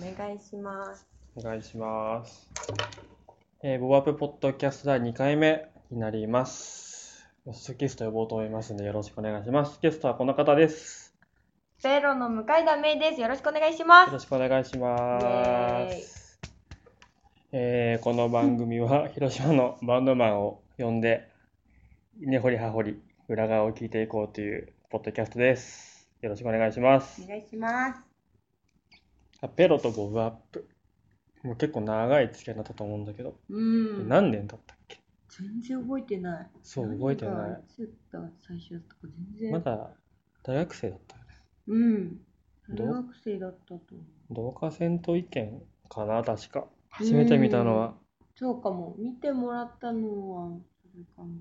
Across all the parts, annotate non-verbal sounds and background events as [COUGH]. お願いします。お願いします。えー、ボバップポッドキャスト第2回目になります。おすゲスト呼ぼうと思いますのでよろしくお願いします。ゲストはこの方です。ゼロの向田芽です。よろしくお願いしまよす。ろしくお願いしまイエーイす。えーこの番組は [LAUGHS] 広島のバンドマンを呼んで、根掘り葉掘り裏側を聞いていこうというポッドキャストです。よろしくお願いしますお。願いします。あペロとボブアップ。もう結構長い付き合いだったと思うんだけど、うん。何年経ったっけ全然覚えてない。そう、覚えて何ながいつだった最初だったか全い。然。まだ大学生だったよね。うん。ど大学生だったと思う。同化線と意見かな、確か。初めて見たのは。そうかも。見てもらったのは、それかも。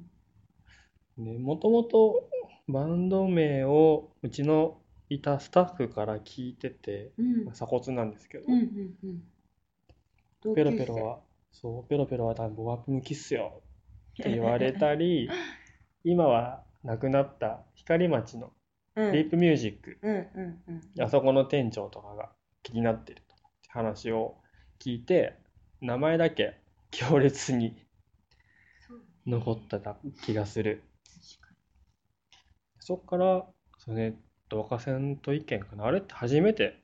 ね、もともとバンド名をうちのいたスタッフから聞いてて、うんまあ。鎖骨なんですけど、うんうんうん。同ペロ級ペ生ロは、そう、ペロペロは多分ボワップ向きっすよって言われたり、今は亡くなった光町のうんディープミュージック、うんうんうん。あそこの店長とかが気になってるとかって話を聞いて、名前だけ強烈にそう残った気がする。確かそっから、そうね、同化線と意見かな。あれって初めて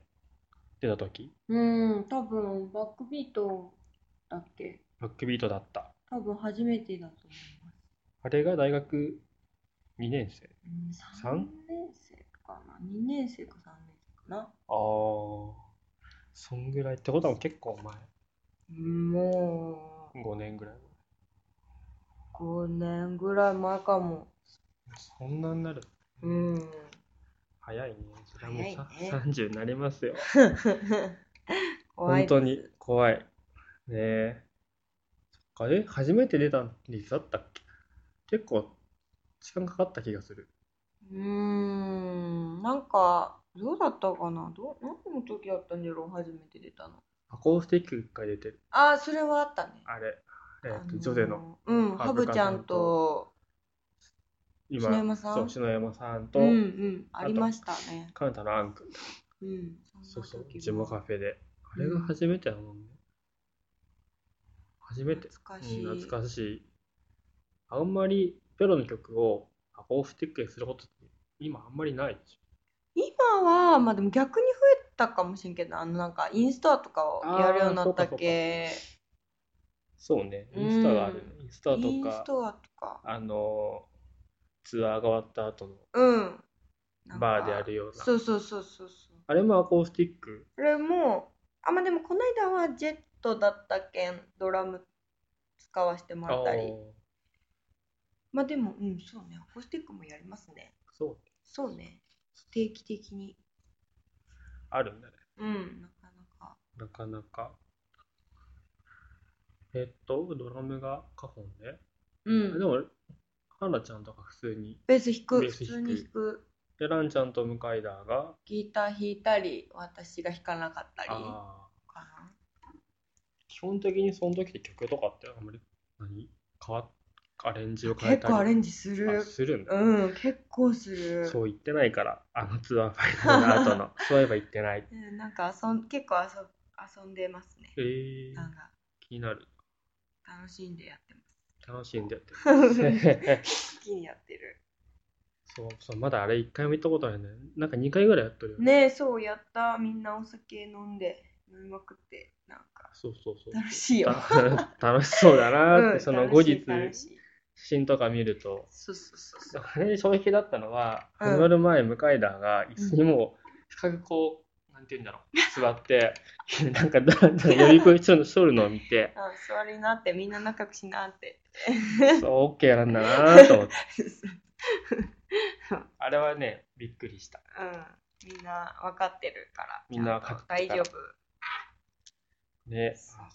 出た時、にうん、多分、バックビートだっけバックビートだった。多分初めてだと思います。あれが大学2年生。うん三3年生かな2年生か3年生かなああ、そんぐらいってことは結構も前、5年ぐらい前。う5年ぐらい前かもそんなになる。うん早いね。それはもうさ、早いね30になりますよ。怖本い当に怖い。ねえ。そっか、え、初めて出たのいつだったっけ結構、時間かかった気がする。うーんなんかどうだったかなどう何の時だったんだろう初めて出たのアコースティック一回出てる。ああそれはあったねあれ、えあっと、のジョゼの。うんハハブブカちゃんと今、篠山さんそう、篠山さんと、うんうんありましたねカナタのアン君。うんそうそんうな、時ジモカもフェで。あれが初めてだもんね。初めて。懐かうしいん、懐かしい。あんまり、ペロの曲をアコースティックにすることって、今あんまりないでし今はまあでも逆に増えたかもしれんけどあのなんかインストアとかをやるようになったっけょ。そうね、インスタがあるね。インスタとインスか、トアとかあのー、ツアーが終わった後のうんなんかバーでやるような。そうそうそうそうそうあれもアコースティック。これもあまあでもこの間はジェットだったけんドラム使わせてもらったありーまあでもうんそうねアコースティックもやりますねそう。そうね定期的にあるんだね。うんなかなかなかなか。えっと、ドラムがカホンね。うでんも、ハナちゃんとか普通に。ベース弾くベース普弾く通に弾くで、ランちゃんと向井田が、ギター弾いたり私が弾かなかったりかあーな基本的にその時って曲とかってあんまり何変わアレンジを変え結た構アレりンジすあるするんだ。うん結構するそう言ってないから、あ [LAUGHS] のツアーファイナルの後の、そういえば言ってない。うんなんか遊ん結構遊遊んでますねえー、なんか気になる。楽しんでやってま楽しんでやって [LAUGHS] る。す好きにやってるそうそう、まだあれ一回も行ったことないね。なんか二回ぐらいやっとるよね。ねえそうやったみんなお酒飲んで飲みまくってなんかそうそうそう。楽しいよた楽しそうだなーって、うんその楽後しい日楽しい写真とか見るとそうそうそうそうあれ衝撃だったのは、うん始まる前向井田が椅子にもう深くこうなんて言うんだろう座って [LAUGHS] なんかだんだん呼び声しとるしとるのを見てあ座りなってみんな仲良くしなって [LAUGHS] そう OK なんだなーと思ってうんあれはねびっくりしたみんな分かってるからみんな分かってるから大丈夫ねあ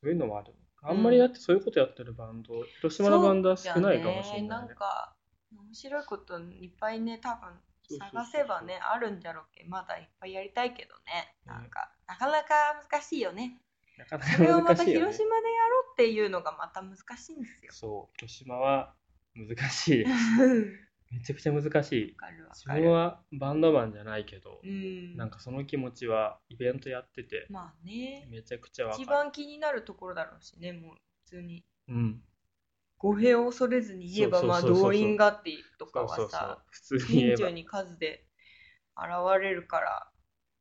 そういうのもあるあんまりだってそういうことやってるバンド、広島のバンドは少ないかもしれないそうじゃねなねんか面白いこといっぱいね多分そうそうそうそ探うせばねあるんじゃろうけどまだいっぱいやりたいけどねうんなんかなかなか難しいよ [LAUGHS] ねなかなそれをかま難たしい広よ島ねでやろうっていうのがまた難しいんですよ [LAUGHS] そう広島は難しいですうんめちゃくちゃ難しいわ。かるわ自か分る。はバンドマンじゃないけどう、ん。なんかその気持ちはイベントやってて、まあね。めちゃくちゃわか一る。番気になるところだろうしね、もう普通に。うん。語弊を恐れずに言えば、そうまそあうそうそうそう動員があってとかそはうそうそうさ、。普通に言え近所ば。に数で現れるから、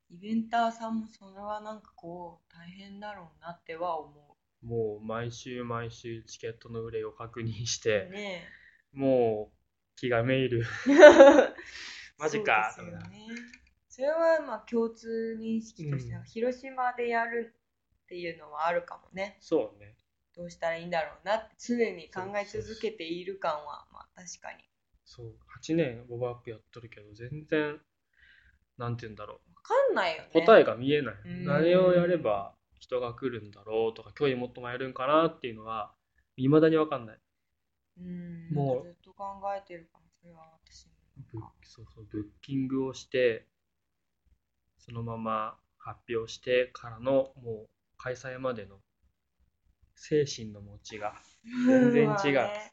イベンターさんもそれはなんかこう、大変だろうなっては思もう毎週毎週チケットの売れを確認しう。て、ねもう気がめいる。え。 [LAUGHS] マジかそうですよね。それはまあ共通認識として、うん広島でやるっていうのはあるかもね。そうね。どうしたらいいんだろうなって常に考え続けている感はまあ確かにそう。8年ボブアップやっとるけど、全然、なんて言うんだろう。分かんないよね答ええが見えない、うん何をやれば人が来るんだろうとか競技もっともやるんかなっていうのは未だに分かんないうんもうなんかずっと考えてるかもそれは私もブッそうそうブッキングをしてそのまま発表してからのもう開催までの精神の持ちが全然違うまあね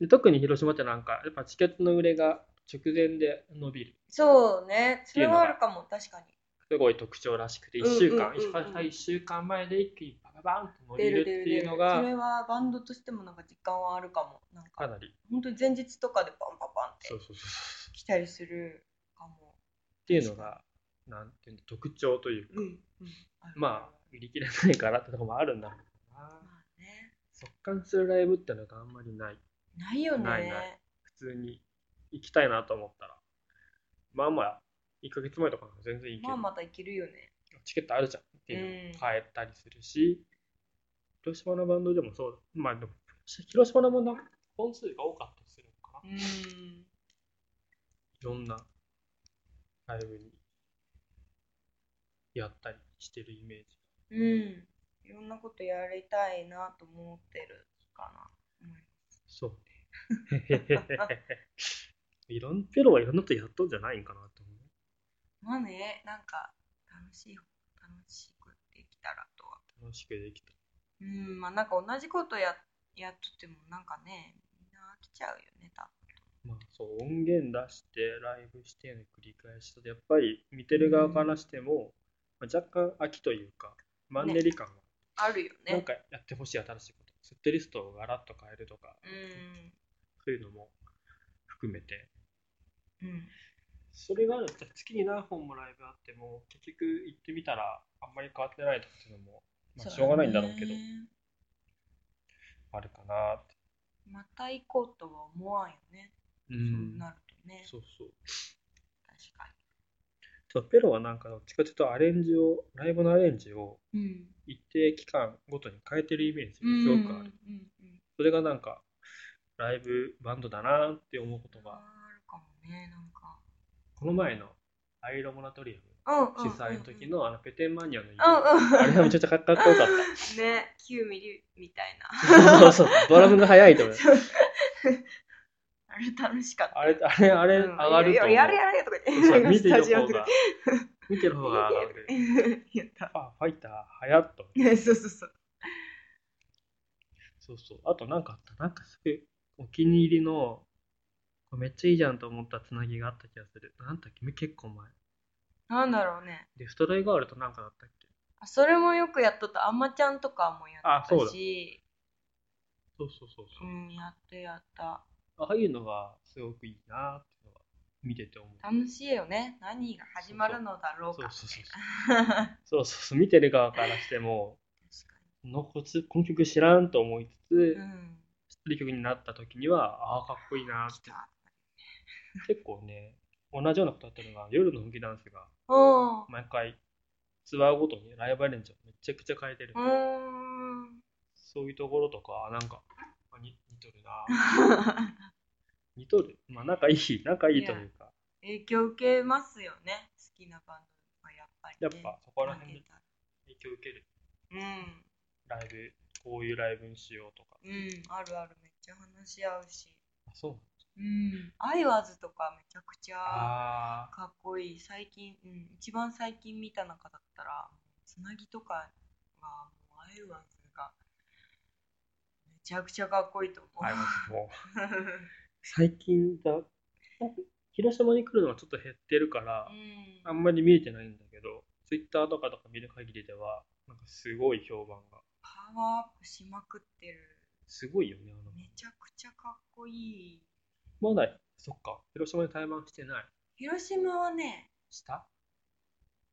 で特に広島ってなんかやっぱチケットの売れが直前で伸びるそうねそれはあるかも確かにすごい特徴らしくてうんうん1週間、うんうん1週間前で一気にバババンと伸び出るるっ出るて出いるうのそれがはバンドとしてもなんか実感はあるかもなんかかなり本当に前日とかでバンバンバンそうっそうそうそうて来たりするかもっていうのが、なんていうの、特徴というか、うんうんまあ、売り切れないからってとこもあるんだろうなま。あね速乾するライブってのがあんまりない。ないよねないない普通に行きたいなと思ったら、まあまあ、1ヶ月前とかの方が全然いいけまあど、またいけるよねチケットあるじゃんっていうのうんも買えたりするし、広島のバンドでもそうだ。まあでも、広島のバンドは本数が多かったりするのかな。うんいろんなライブにやったりしてるイメージ。うん。いろんなことやりたいなと思ってるかな。 [LAUGHS] そうね。いろん、ペロはいろんなことやっとんじゃないんかなと思う。まあね、なんか楽しい、楽しくできたらとは。楽しくできた。うん、まあなんか同じことや、やっとってもなんかね、みんな飽きちゃうよね、多まあそう、音源出して、ライブしての繰り返しと、やっぱり見てる側からしても、まあ、若干飽きというか、マンネリ感は、分。あるよなんね。かやってほしい新しいこと、セットリストをガラッと変えるとか、そういうのも含めて、うん。うん。それがあると、月に何本もライブあっても、結局行ってみたら、あんまり変わってないとかっていうのも、まあ、しょうがないんだろうけどそ、ねあるかなって。また行こうとは思わんよね。うそうなるとね。そうそう。確かそうペロはなんかどっちかというとアレンジを、ライブのアレンジをに。うん。一定期間ごとに変えてるイメージうんがすごくある。うんうん。それがなんか、ライブバンドだなって思うことあが、るかもね、なんか。この前のアイロモラトリうんうんアム主催の時のあのペテンマニアのイベントうんうん。あれがめちゃくちゃかっこよかっね、9ミリみたいな。 [LAUGHS] た。そうそう、ドラムが速いと思う。あれ楽しかった。あれ、あれ、あれ、うん上がるといや思いややうれ。やれとか言そうって、見てスタるジオ方とがか、見てる方が上がる。 [LAUGHS] 言った。あ、ファイター、速っと。ねそうそうそう。そうそう。あとなんかあった。なんかすごいお気に入りの、これめっちゃいいじゃんと思ったつなぎがあった気がする。なんだっけ結構前。なんだろうね。デフトライガールとなんかだったっけあそれもよくやっとった。あんまちゃんとかもやあっそうただし、そうそうそうそうう。ん、やったやった。ああいうのがすごくいいなっていうのは見てて思う。楽しいよね。何が始まるのだろうそうか。そうそうそう。 [LAUGHS] 確かそうそうそう。見てる側からしても、のこつこの曲知らんと思いつつに。う、ん。知ってる曲になった時には、ああ、かっこいいなって。結構ね、同じようなことやってるのが、夜のフきダンスがおー毎回ツアーごとにライブアレンジをめちゃくちゃ変えてる。うーん。そういうところとか、なんか、あに似とるな。 [LAUGHS] 似とる。まあ、仲いい、仲いいというか、影響受けますよね。好きなバンドはやっぱり、ね。やっぱそこら辺で影響受ける。うん。ライブ、こういうライブにしようとか。うん、あるある、めっちゃ話し合うし。あ、そううん。アイワーズとかめちゃくちゃああかっこいい。最近、うん、一番最近見た中だったら、つなぎとかが、もうアイワーズが、 [LAUGHS] めちゃくちゃかっこいいと思ー。あう。もう、最近だ、広島に来るのはちょっと減ってるから、うんあんまり見えてないんだけど、ツイッターとかとか見る限りでは、なんかすごい評判が。パワーアップしまくってるすごいよね、あの。めちゃくちゃかっこいいまだ、そっか、広島に対バンしてない。広島はねした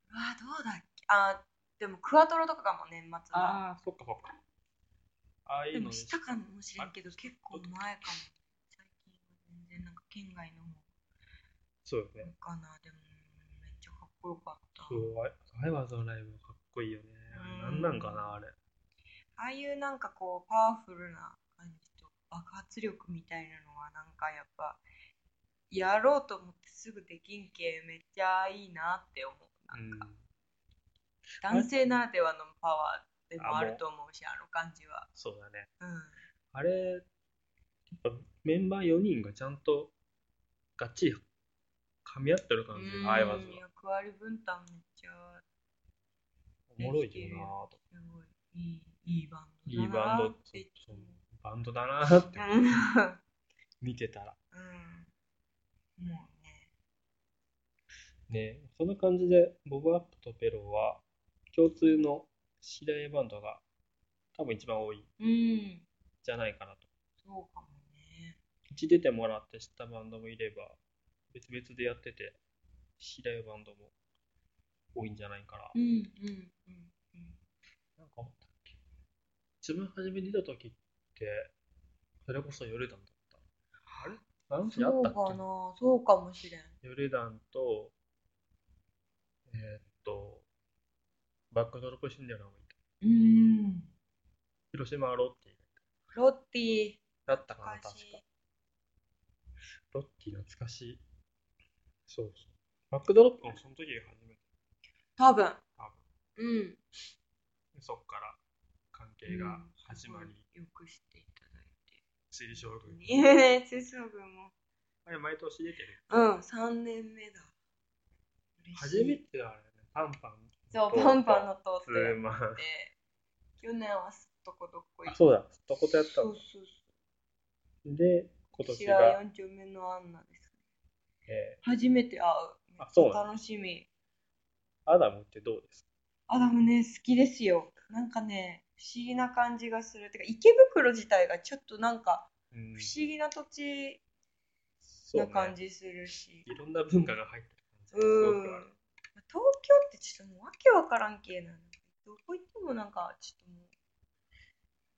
うわどうだっけあでもクアトロとかかも年末のああ、そっかそっか。ああいでうのもしたかもしれんけどあ結構前かも最近は全然なんか県外のそうよね。方かなでもめっちゃかっこよかったそう、あいタイバンのライブかっこいいよね。なうんんなんかな、あれ。ああいうなんかこうパワフルな感じと爆発力みたいなのはなんかやっぱやろうと思ってすぐできんけめっちゃいいなって思ううなんんか、。男性ならではのパワーでもああもうると思うしあの感じはそうだね。うんあれ、やっぱメンバー4人がちゃんとがっちり噛み合ってる感じが、アイバズうんは。役割分担めっちゃおもろいよなぁと。すごいいいいいバンいドいだなバンドっ、ていつそもうバンドだなぁってうん見てたら。うんもうねねそんな感じで、ボブアップとペロは共通の知り合いバンドが多分一番多いんうんじゃないかなと。そうかもねうち出てもらって知ったバンドもいれば、別々でやってて知り合いバンドも多いんじゃないかな。うんうんうんうんなんかあったっけ自分初めに出た時って、それこそヨルダンだった。あれ何時あそっうたかっなそうかもしれんけヨルダンと、えーっと、バックドロップシンデレラもいた。うん広島ロッティロッティだったかな、確か。昔ロッティ懐かしい。そうそう。バックドロップもその時が初めて、多分多分。うんそっから関係が始まり、うんよくしていただいて水将軍に。ええー、ス軍もあれ、毎年出てる。うん3年目だ嬉しい初めてだあれね、パンパン。そう、パンパンのトーツストやーマン。って、去年はすっとこどっこい。あ、そうだ、そこでやったそのうそうで、今そう。私年はが、 4丁目のアンナです。え初めて会う。めあそうっちなゃの楽しみ。ーアダムってどうですかアダムね、好きですよ。なんかね、不思議な感じがする。てか、池袋自体がちょっとなんか、不不思議な土地議な感じするし。いろんな文化が入ってる感じがすうごん。くある。東京ってちょっともうわけわからん系なの。どこ行ってもなんか、ちょっともう、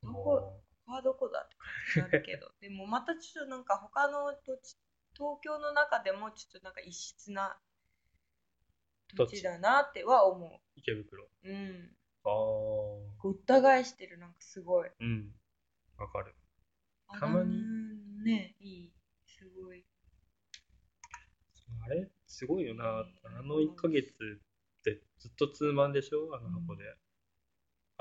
どこ、もここはどこだって感じになるけど [LAUGHS] でもまたちょっとなんか他の土地東京の中でもちょっとなんか異質な土地だなっては思う池袋。ううんああ。ごった返してるなんかすごいうん。わかる。あたまにうんねいいすごいあれすごいよな。あの1ヶ月ってずっとツーマンでしょあの箱で。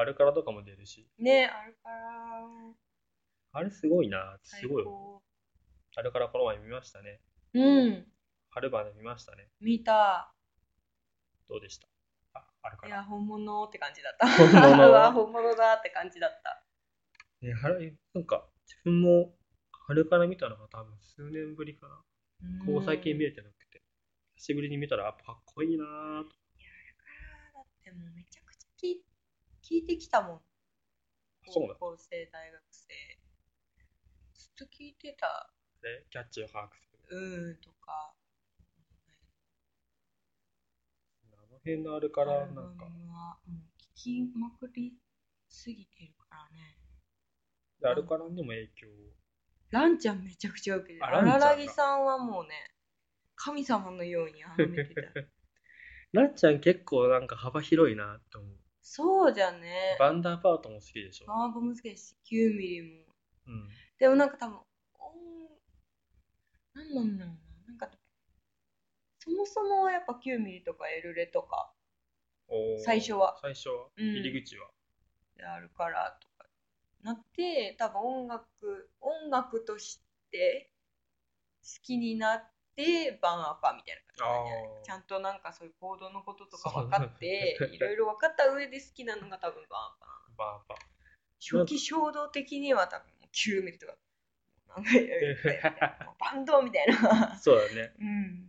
あれからとかも出るし。ねあれからあれすごいな。す最ごい。高あれからこの前見ましたね。うん春場で見ましたね。見たどうでしたあ、あれかいら。や本物って感じだった本物う [LAUGHS] わ本物だって感じだったね、はるなんか自分も春から見たのが多分数年ぶりかな。ここ最近見るれてなくて。久しぶりに見たらやっぱかっこいいなぁと。だってもうめちゃくちゃ聞い聞いてきたもんそう高だ校生、大学生。ずっと聞いてた、ね。キャッチを把握する。うーんとか。あの辺のあれかアらルなバんムか、はもう聞きまくりすぎてるからね。あれからにも影響を。ランちゃんめちゃくちゃ受けてる。あラあンちゃんらがらぎさんはもうね、神様のようにあの見てた。 [LAUGHS] ランちゃん結構なんか幅広いなって思う。そうじゃね。バンダーパートも好きでしょ。バーボム好きだし、9ミリも。うん。でもなんか多分、おーなんなんだろうな。なんか、そもそもはやっぱ9ミリとかエルレとかおー最初は。最初は。うん入り口は。であるからとかなって多分音楽音楽として好きになってバンアパみたいな感じなんじゃないあーちゃんとなんかそういうコードのこととかそう分かっていろいろ分かった上で好きなのが多分バンアパなのバンパー。初期衝動的には多分9ミリとかなんかいろいろ言ってもうバンドみたいなそうだね。うん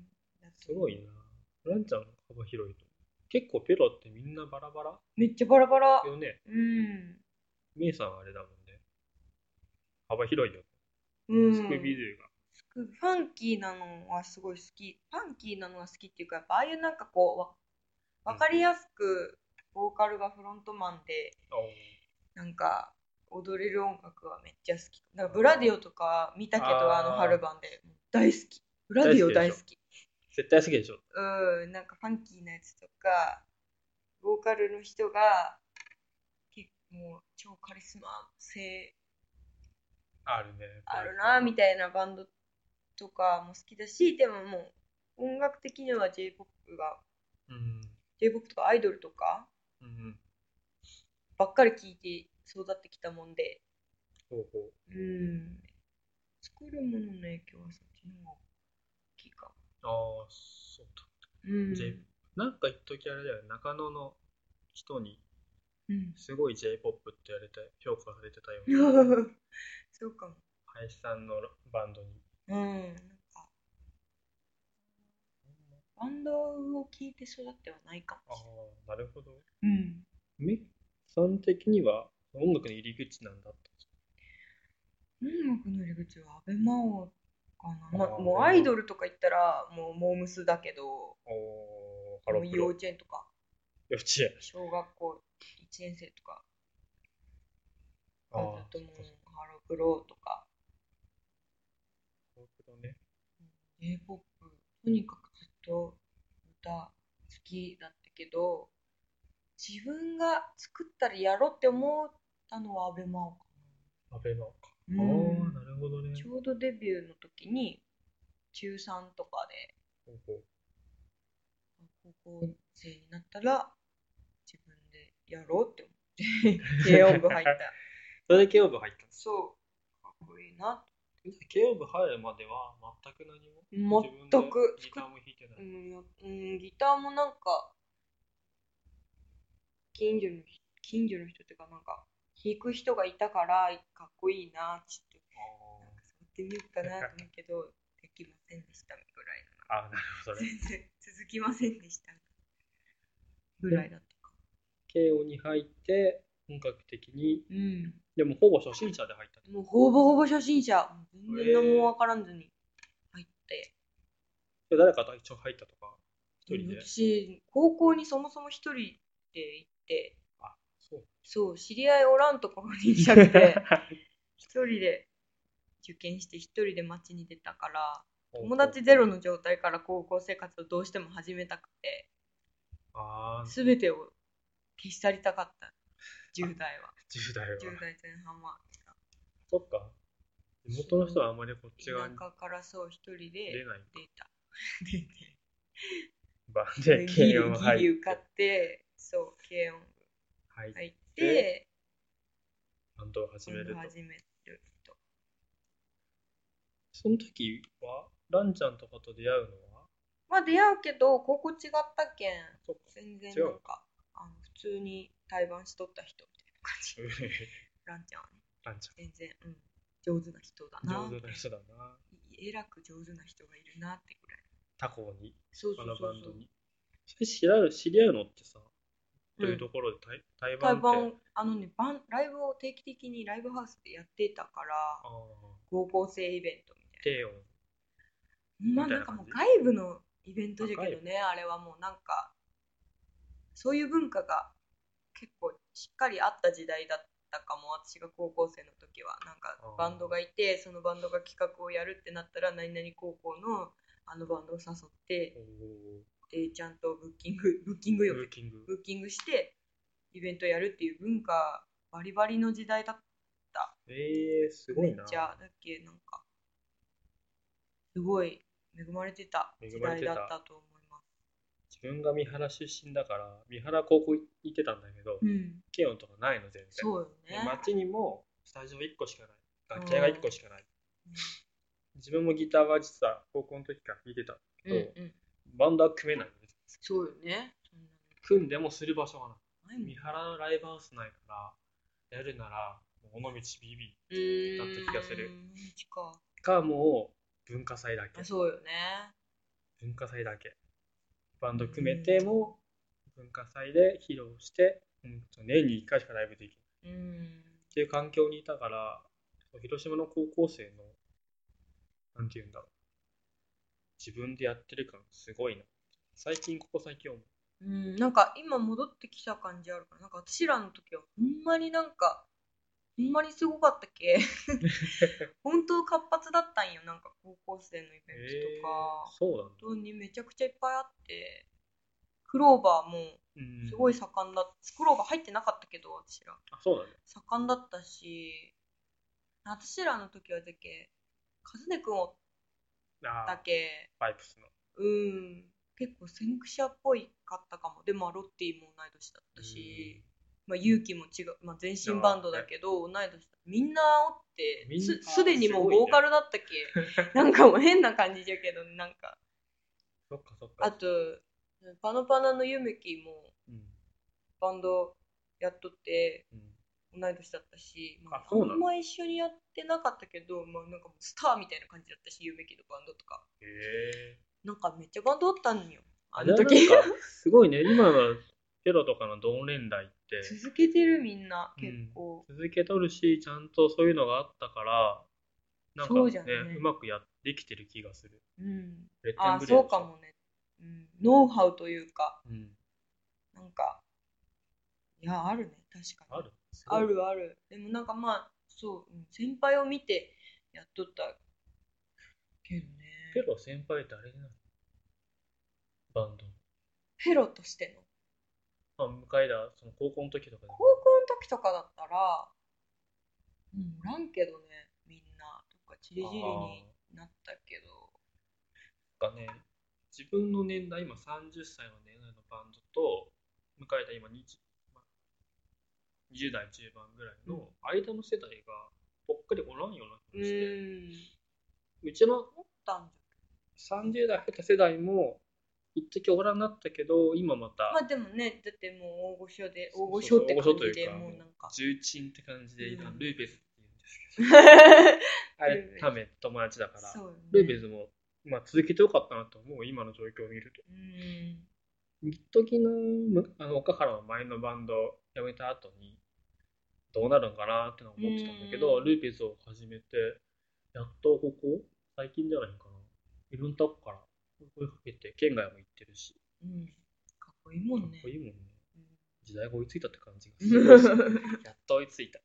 すごいな。ランちゃんの幅広いと。結構ペロってみんなバラバラめっちゃバラバラよね。うんメイさんはあれだもんね。幅広いよ。うんスクービードゥが。ファンキーなのはすごい好き。ファンキーなのは好きっていうか、やっぱああいうなんかこうわ、わかりやすく、ボーカルがフロントマンで、なんか、踊れる音楽はめっちゃ好き。なんかブラディオとか見たけど、ああーの春版で、大好き。ブラディオ大好き。絶対好きでしょ。うん、なんかファンキーなやつとか、ボーカルの人が、結構もう超カリスマ性あるね。あるなみたいなバンドとかも好きだしでももう音楽的には j p o p がうん。 j p o p とかアイドルとかうん。ばっかり聴いて育ってきたもんでほうほう。うん作るものの影響はそっちの方が大きいかああ、そうだ。うん、 J- なんか一時あれだよね、中野の人にうん、すごい J-POP って言われて評価されてたような [LAUGHS] そうかも林さんのバンドに。うんなんかバンドを聴いて育ってはないかあもしあ、なるほど。れない、うん、メッさん的には音楽の入り口なんだって。音楽の入り口はアベマオかな、まあーもうアイドルとか言ったらもうモームスだけどおー、ハもロうプ幼ロ。稚園とか幼稚園。小学校1年生とかあああと、ともうハロプロとかハロプロね。 j p o p とにかくずっと歌好きだったけど自分が作ったりやろうって思ったのはアベマオかアベマか。な、ああうん、ー、なるほどね。ちょうどデビューの時に中3とかでほうほう高校生になったら自分でやろうって思って [LAUGHS] 軽音部入ったそれで K オブ入ったんです。そうかっこいいな K オブ入るまでは全く何も全く自分でギターも弾いてなうい。んようんギターもなんか近所の人近所の人っていうかなんか弾く人がいたからかっこいいなちょっとなんか触ってみようかなと思うけどできませんでしたぐらいあーあー、なるほどね。の全然続きませんでしたぐらいだったか KO に入って本格的にうんでもほぼ初心者で入ったもうほぼほぼ初心者。全然何もわからんずに入って。で誰かと一緒に入ったとか一人で、私、高校にそもそも一人で行って、そうそう、知り合いおらんところにいたく [LAUGHS] て、一人で受験して一人で街に出たから、友達ゼロの状態から高校生活をどうしても始めたくて、ああすべてを消し去りたかった。10代は。 [LAUGHS] 10代は10代前半は。そっか地元の人はあまりこっち田側に舎からそう一人で出ない出た。 [LAUGHS] 出て。バンでギリギ KO 入ってリ受かって、そう、軽音入っ入ってて、バンドを始めると今度始めると。その時はランちゃんとかと出会うのはまあ出会うけど、高校違ったけん、そっか全然違うなんか、あの普通に対バンしとった人みたいな感じ。ランちゃんはね、ランち全然、うん、上手な人だゃんな上手な人だなえらく上手な人がいるなってぐらい。他校にそうこそうのそバうンそドう。にそれ知り合う知り合うのってさどういううんところで対対バン対っバてン、あのね、バンライブを定期的にライブハウスでやってたからあ、あ高校生イベントみたいな。低音まあみたいななんかもう感外部のイベントじゃけどねあれはもうなんかそういう文化が結構しっかりあった時代だったかも私が高校生の時はなんかあーバンドがいてそのバンドが企画をやるってなったら何々高校のあのバンドを誘ってでちゃんとブッキング [LAUGHS] ブッキングよブーキングブッキングしてイベントやるっていう文化バリバリの時代だったえー、すごいな。じゃあだっけなんかすごい恵まれてた時代だったと思います。自分が三原出身だから、三原高校行ってたんだけど、うん、慶應とかないの全然。そうよでね。街にもスタジオ1個しかない。楽器屋が1個しかないうん。自分もギターは実は高校の時から弾いてたけうんど、うん、バンドは組めないのです。そうよね。そんな組んでもする場所がない。のないもん三原のライブハウスないから、やるなら、尾道 BB うーんだった気がするちかかもう文化祭だけあそうよね文化祭だけバンド組めても文化祭で披露して、うんと、年に1回しかライブできるうんっていう環境にいたから広島の高校生のなんて言うんだろう自分でやってる感すごいな最近ここ最近思ううん、なんか今戻ってきた感じあるからなんか私らの時はほんまになんかほんまにすごかったっけ本当活発だったんよなんか高校生のイベントとか、えーそうなんだ本当にめちゃくちゃいっぱいあってクローバーもうんすごい盛んだ、クローバー入ってなかったけど私らあそうだね盛んだったし私らの時はだけ和音くんをあだあけバイプスのうん結構先駆者っぽいかったかもでまあロッティも同い年だったし、まあ、勇気も違う、まあ、全身バンドだけど同い年だみんなおってみんなすすでにもうすごいねボーカルだったっけ、 [LAUGHS] なんかもう変な感じじゃけどなんかそっかそっかあとパノパナのゆめきもうんバンドやっとってうん同い年だったし、まああ、そうなのあんま一緒にやってなかったけど、まあ、なんかもうスターみたいな感じだったしゆめきのバンドとかへえなんかめっちゃバンドおったんよああのの時時かすごいね今のペロとかの同年代って続けてるみんなうん結構、続けとるしちゃんとそういうのがあったからなんかそうねじゃねうまくやってきてる気がするうんレッテあンブレードそうかもね、うん、ノウハウというかうんなんかいやあるね確かあにるすごいあるあるでもなんかまあそう、うん先輩を見てやっとったけどねペロ先輩ってあれなのバンペロとしてのドあ向井だその高校の時とかで高校の時とかだったらうんおらんけどねみんなとかチリジリになったけどなんかね自分の年代今30歳の年代のバンドと向井田今 20, まあ20代中盤ぐらいの間の世代がぽっかりおらんようなう気がして、んうちの思ったんじ30代入った世代も一時おらんなったけど今まゃまたあでもねだってもう大御所でそ大う御そ所うって大御所感といじうでかもうなんか重鎮って感じで今、うんルーベズって言うんですけどあルーベれズため友達だからそうよねルーベズも、まあ、続けてよかったなと思う今の状況を見るとうん一時のむあの岡原の前のバンド辞めた後にどうなるんかなってのは思ってたんだけど、うんルーペズを始めてやっとここ最近じゃないかな自分とこから声かけて県外も行ってるしうんかっこいいもかっんねこいいもんねうん時代が追いついたって感じがするしやっと追いついた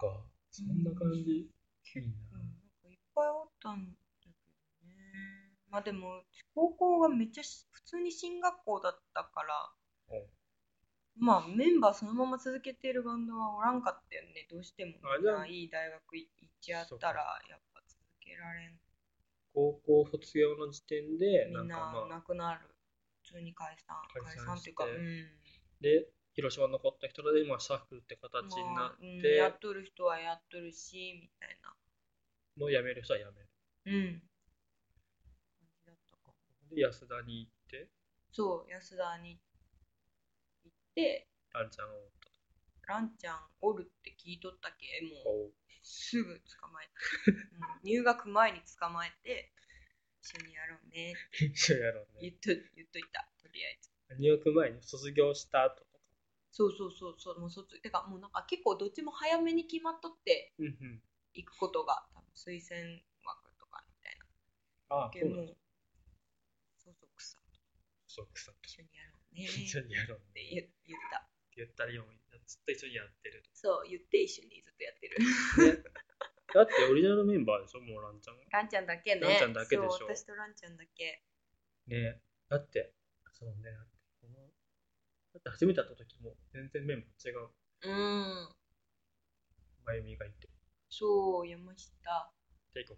そっかそんな感じ、いいうんななんかいっぱいおったんだけどねまあでも高校がめっちゃし普通に進学校だったからうんまあメンバーそのまま続けてるバンドはおらんかったよねどうしてもあみじんゃあないい大学い行っちゃったらやっぱ続けられん高校卒業の時点でみなんんかなまあなくなる普通に解散解解散散っていうかうしてんで広島残った人らで今シャッフルって形になまあっうんて、やっとる人はやっとるしみたいなもう辞める人は辞めるうんだったかもで安田に行ってそう安田に行ってランちゃんをランちゃんおるって聞いとったけもうこすぐ捕まえて、うん入学前に捕まえて一緒にやろうねってう一緒やろう言ねっと言っといたとりあえず入学前に卒業した後とかそうそうそうそうもう卒てかもうなんか結構どっちも早めに決まっとってうんうん行くことが多分推薦枠とかみたいなああけそうどなもんだうそうそう草そうくさんと一緒にやろうね一緒っにやろうてね言言った言ったりもずっと一緒にやってるそう言って一緒にずっとやって [LAUGHS] るだってオリジナルメンバーでしょもうランちゃんがランちゃんだけねランちゃんだけでしょそう私とランちゃんだけねだってそうねこのだって初めて会った時も全然メンバー違ううんまゆみがいてそう、山下。帝国